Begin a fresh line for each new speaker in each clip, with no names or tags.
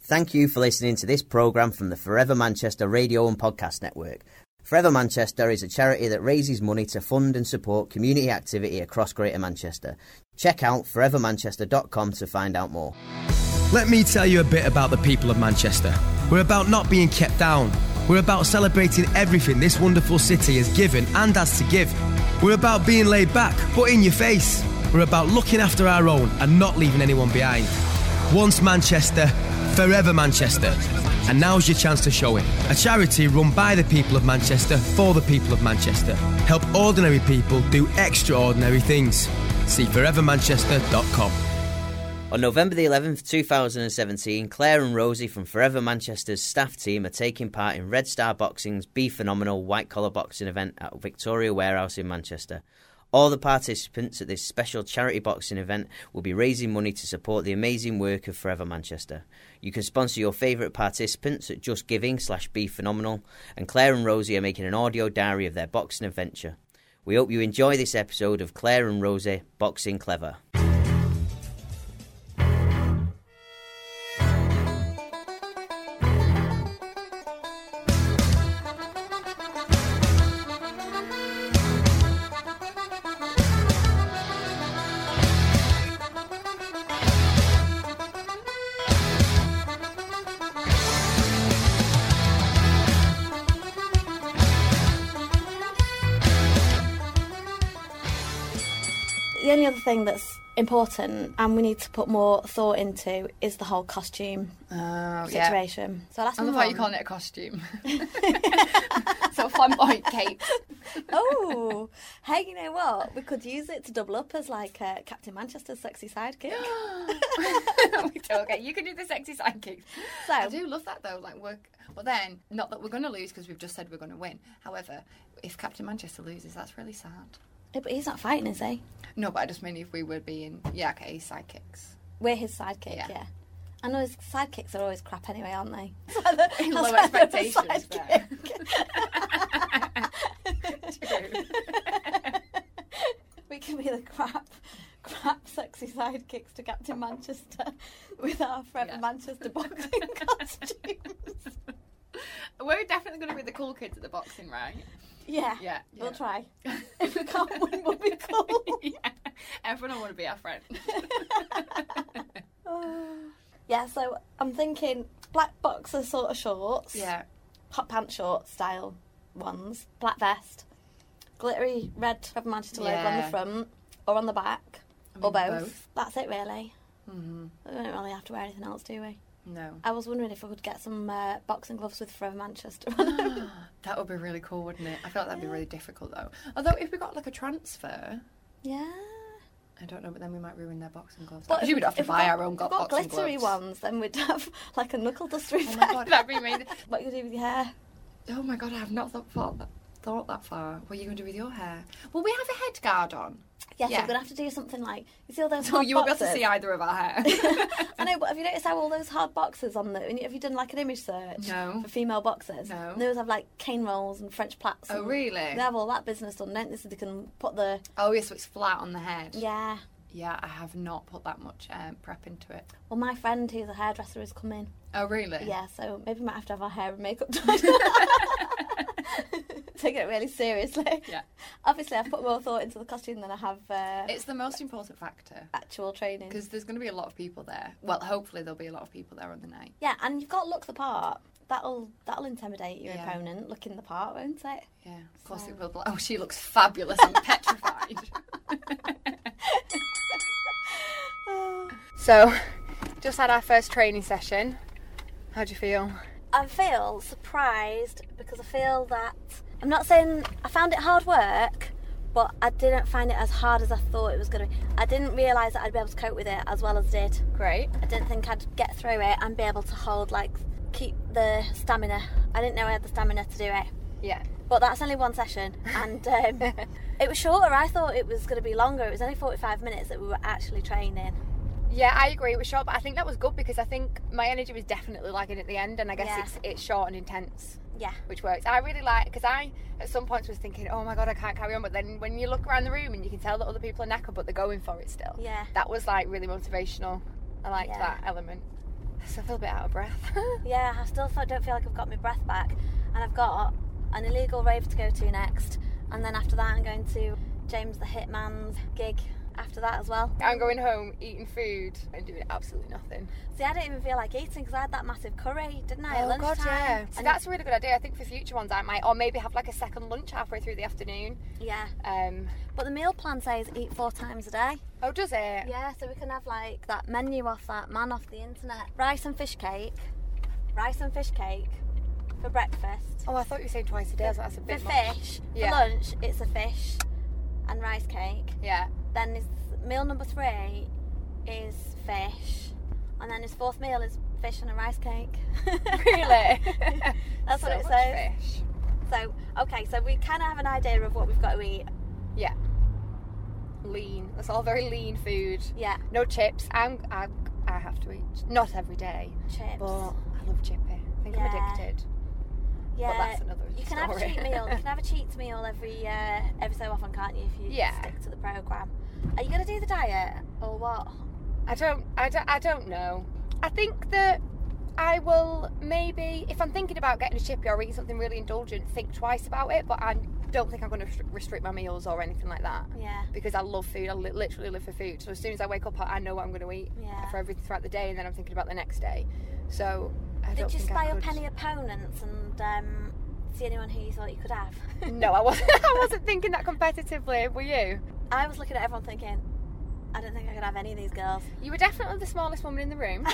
Thank you for listening to this programme from the Forever Manchester Radio and Podcast Network. Forever Manchester is a charity that raises money to fund and support community activity across Greater Manchester. Check out forevermanchester.com to find out more.
Let me tell you a bit about the people of Manchester. We're about not being kept down. We're about celebrating everything this wonderful city has given and has to give. We're about being laid back, but in your face. We're about looking after our own and not leaving anyone behind. Once Manchester, forever Manchester. And now's your chance to show it. A charity run by the people of Manchester for the people of Manchester. Help ordinary people do extraordinary things. See forevermanchester.com.
On November the 11th, 2017, Claire and Rosie from Forever Manchester's staff team are taking part in Red Star Boxing's Be Phenomenal White Collar Boxing event at Victoria Warehouse in Manchester. All the participants at this special charity boxing event will be raising money to support the amazing work of Forever Manchester. You can sponsor your favourite participants at Just Giving slash Be Phenomenal, and Claire and Rosie are making an audio diary of their boxing adventure. We hope you enjoy this episode of Claire and Rosie Boxing Clever.
The only other thing that's important and we need to put more thought into is the whole costume
Oh, yeah.
situation. So last
I
month
love how you calling it a costume. so a flamboyant cape.
Oh, hey, you know what? We could use it to double up as like uh, Captain Manchester's sexy sidekick.
we do, okay, you can do the sexy sidekick. I
So
do love that though, like work. But then, not that we're going to lose because we've just said we're going to win. However, if Captain Manchester loses, that's really sad.
Yeah, but he's not fighting, is he?
No, but I just mean if we were being, yeah, okay, he's sidekicks.
We're his sidekick. Yeah.
Yeah.
I know his sidekicks are always crap anyway, aren't they?
Low
That's why they're the
expectations there. True.
We can be the crap, crap sexy sidekicks to Captain Manchester with our Forever
Yeah.
Manchester boxing costumes.
We're definitely going to be the cool kids at the boxing, right?
Yeah.
Yeah,
We'll
yeah.
try. If we can't win, we'll be cool.
yeah. Everyone will want to be our friend.
yeah, so I'm thinking black boxer sort of shorts.
yeah.
Hot pant short style ones. Black vest. Glittery red Forever Manchester logo on the
Yeah.
front or on the back. or
mean,
both.
both.
That's it, really.
hmm
We don't really have to wear anything else, do we?
No.
I was wondering if I could get some uh, boxing gloves with Forever Manchester on them.
That would be really cool, wouldn't it? I feel like that'd be really difficult though. Although if we got like a transfer,
yeah.
I don't know, but then we might ruin their boxing gloves.
But
I presume
if-
we'd have to
if we
buy
got-
our own
if
go-
we got
boxing
glittery
gloves.
ones, then we'd have like a knuckle duster
Oh
effect.
my god, that'd be amazing.
What you do with your hair?
Oh my god, I have not thought, thought, that, thought that far. What are you going to do with your hair? Well, we have a head guard on.
Yes,
Yeah.
you're gonna have to do something like you see all those.
So
hard
you won't be able to
boxes?
see either of our hair.
I know, but have you noticed how all those hard boxes on the? Have you done like an image search
No.
for female boxers?
No.
Those have like cane rolls and French plaits.
Oh,
and
really?
They have all that business done, don't they? So they can put the
oh, yeah, so it's flat on the head.
yeah.
Yeah, I have not put that much um, prep into it.
Well, my friend who's a hairdresser has come in.
Oh, really?
Yeah, so maybe we might have to have our hair and makeup done. Take it really seriously.
Yeah.
Obviously, I've put more thought into the costume than I have uh,
It's the most important factor
actual training.
because there's going to be a lot of people there. Well, hopefully there'll be a lot of people there on the night.
Yeah, and you've got to look the part. That'll that'll intimidate your
Yeah.
opponent looking the part, won't it?
Yeah, of course it will. be like, Oh, she looks fabulous. I'm petrified. so, just had our first training session. How do you feel?
I feel surprised because I feel that I'm not saying I found it hard work, but I didn't find it as hard as I thought it was going to be. I didn't realise that I'd be able to cope with it as well as I did.
Great.
I didn't think I'd get through it and be able to hold like keep the stamina. I didn't know I had the stamina to do it.
Yeah.
But that's only one session, and um, it was shorter. I thought it was going to be longer. It was only 45 minutes that we were actually training.
Yeah, I agree. It was short, but I think that was good because I think my energy was definitely lagging at the end, and I guess
Yeah.
it's it's short and intense,
Yeah.
which works. I really like because I at some points was thinking, oh my god, I can't carry on. But then when you look around the room and you can tell that other people are knackered, but they're going for it still.
Yeah.
That was like really motivational. I liked
Yeah.
that element.
So I feel a bit out of breath.
Yeah, I still fe- don't feel like I've got my breath back, and I've got an illegal rave to go to next, and then after that I'm going to James the Hitman's gig after that as well.
I'm going home eating food and doing absolutely nothing.
See, I didn't even feel like eating because I had that massive curry, didn't I? at lunchtime?
Oh, So
And
that's a really good idea. I think for future ones, I might, or maybe have like a second lunch halfway through the afternoon.
yeah.
Um,
But the meal plan says eat four times a day.
oh, does it?
Yeah, so we can have like that menu off that man off the internet. Rice and fish cake. Rice and fish cake for breakfast.
Oh, I thought you were saying twice a day. So that's a
For
bit much.
fish,
Yeah.
for lunch, it's a fish and rice cake.
Yeah.
Then his meal number three is fish, and then his fourth meal is fish and a rice cake.
Really?
That's
so
what it
much
says.
Fish.
So okay, so we kind of have an idea of what we've got to eat.
Yeah. Lean. That's all very lean food.
Yeah,
No chips. I'm, I, I have to eat. Not every day,
chips.
but I love chippy. I think
Yeah.
I'm addicted.
yeah,
that's another
you can have a
story.
cheat meal. You can have a cheat meal every uh, every so often, can't you? If you
Yeah.
stick to the program. Are you gonna do the diet or what?
I don't, I don't, I don't know. I think that I will maybe, if I'm thinking about getting a chippy or eating something really indulgent, think twice about it. But I don't think I'm going to restrict my meals or anything like that
Yeah,
because I love food. I li- literally live for food. So as soon as I wake up, I I know what I'm going to eat
yeah.
for everything throughout the day, and then I'm thinking about the next day. So I don't
Did you
think
spy
I could...
up any opponents and um, see anyone who you thought you could have?
No, I wasn't. I wasn't thinking that competitively. Were you?
I was looking at everyone thinking, I don't think I could have any of these girls.
You were definitely the smallest woman in the room.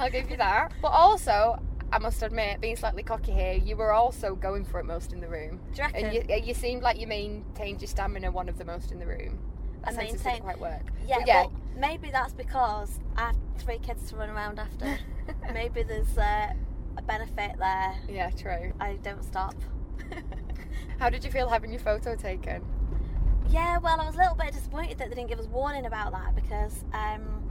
I'll give you that. But also, I must admit, being slightly cocky here, you were also going for it most in the room,
Do you reckon?
and you, uh, you seemed like you maintained your stamina one of the most in the room. That
I
sentence
maintain-
didn't quite work.
yeah,
But yeah.
well, maybe that's because I have three kids to run around after. maybe there's uh, a benefit there.
yeah, true.
I don't stop.
How did you feel having your photo taken?
Yeah, well, I was a little bit disappointed that they didn't give us warning about that because um,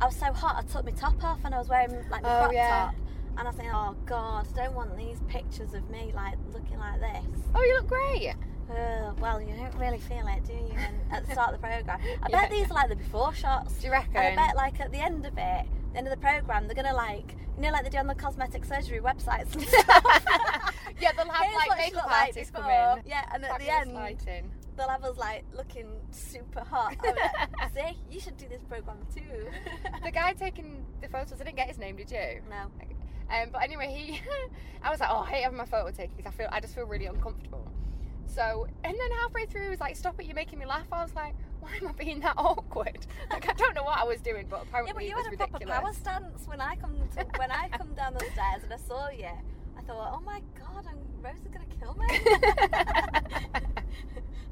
I was so hot. I took my top off and I was wearing like my
Oh,
crop
yeah.
top, and I was thinking, oh god, I don't want these pictures of me like looking like this.
Oh, you look great.
Uh, well, you don't really feel it, do you? when- at the start of the program, I
Yeah.
bet these are like the before shots.
Do you reckon?
And I bet, like, at the end of it, the end of the program, they're gonna like, you know, like they do on the cosmetic surgery websites. And stuff.
yeah, they'll have
Here's what
like
she
makeup
looked like
artists come
before.
in.
Yeah, and at the
Fabulous
end,
lighting.
they'll have us like looking super hot. I'm like, See, you should do this program too.
The guy taking the photos, I didn't get his name, did you?
no.
Um, but anyway, he, I was like, oh, I hate having my photo taken because I feel, I just feel really uncomfortable. So, and then halfway through, he was like, stop it, you're making me laugh. I was like, why am I being that awkward? Like, I don't know what I was doing, but apparently
Yeah, but
it
you
was
had a proper
ridiculous.
power stance when I come to, when I come down the stairs and I saw you. I thought, oh my god, I'm, Rose is gonna kill me. I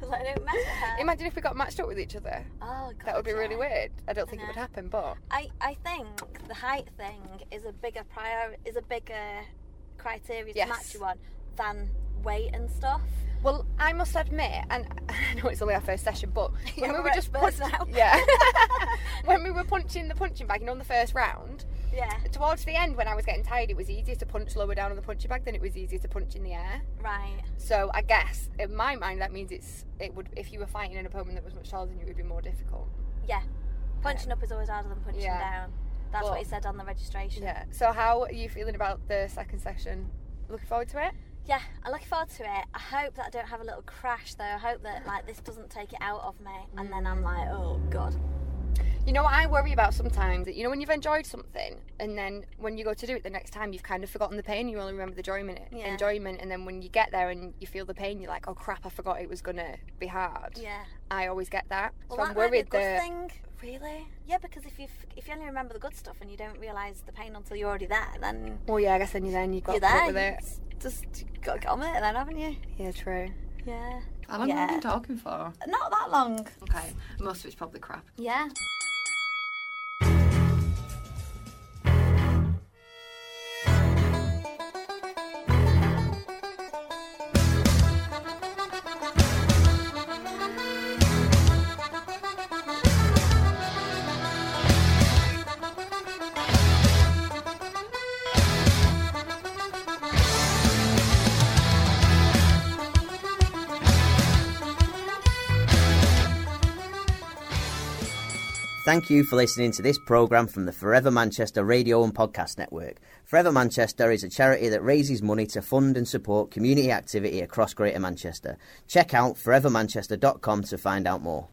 was like, don't mess with her.
Imagine if we got matched up with each other.
oh, god,
That would be really
yeah.
weird. I don't think it would
know.
happen, but
I, I think the height thing is a bigger prior is a bigger criteria to
Yes.
match you on than weight and stuff.
Well, I must admit, and I know it's only our first session, but when
Yeah,
we
we're
were just
experts
punch-
now.
yeah, when we were punching the punching bag, and on the first round,
Yeah.
towards the end when I was getting tired, it was easier to punch lower down on the punching bag than it was easier to punch in the air.
Right.
So I guess in my mind that means it's it would if you were fighting an opponent that was much taller than you, it would be more difficult.
Yeah. Punching up is always harder than punching
Yeah.
down. That's
Well-
what he said on the registration.
Yeah. So how are you feeling about the second session? Looking forward to it.
Yeah, I'm looking forward to it. I hope that I don't have a little crash though. I hope that like this doesn't take it out of me and then I'm like, oh god.
You know what I worry about sometimes? That You know when you've enjoyed something, and then when you go to do it the next time, you've kind of forgotten the pain. You only remember the enjoyment,
Yeah.
enjoyment, and then when you get there and you feel the pain, you're like, "Oh crap, I forgot it was gonna be hard."
Yeah.
I always get that,
Well,
so
that might
I'm
be a
worried
good
that
thing. Really? Yeah, because if you f- if you only remember the good stuff and you don't realise the pain until you're already there, then
Well, yeah, I guess then you then you got
you're
to put up
there.
with it.
It's Just you've got to get on with it then, haven't you?
Yeah, true.
Yeah.
How long have
Yeah.
you been talking for?
Not that long.
Okay, most of it's probably crap.
Yeah.
Thank you for listening to this programme from the Forever Manchester Radio and Podcast Network. Forever Manchester is a charity that raises money to fund and support community activity across Greater Manchester. Check out forevermanchester.com to find out more.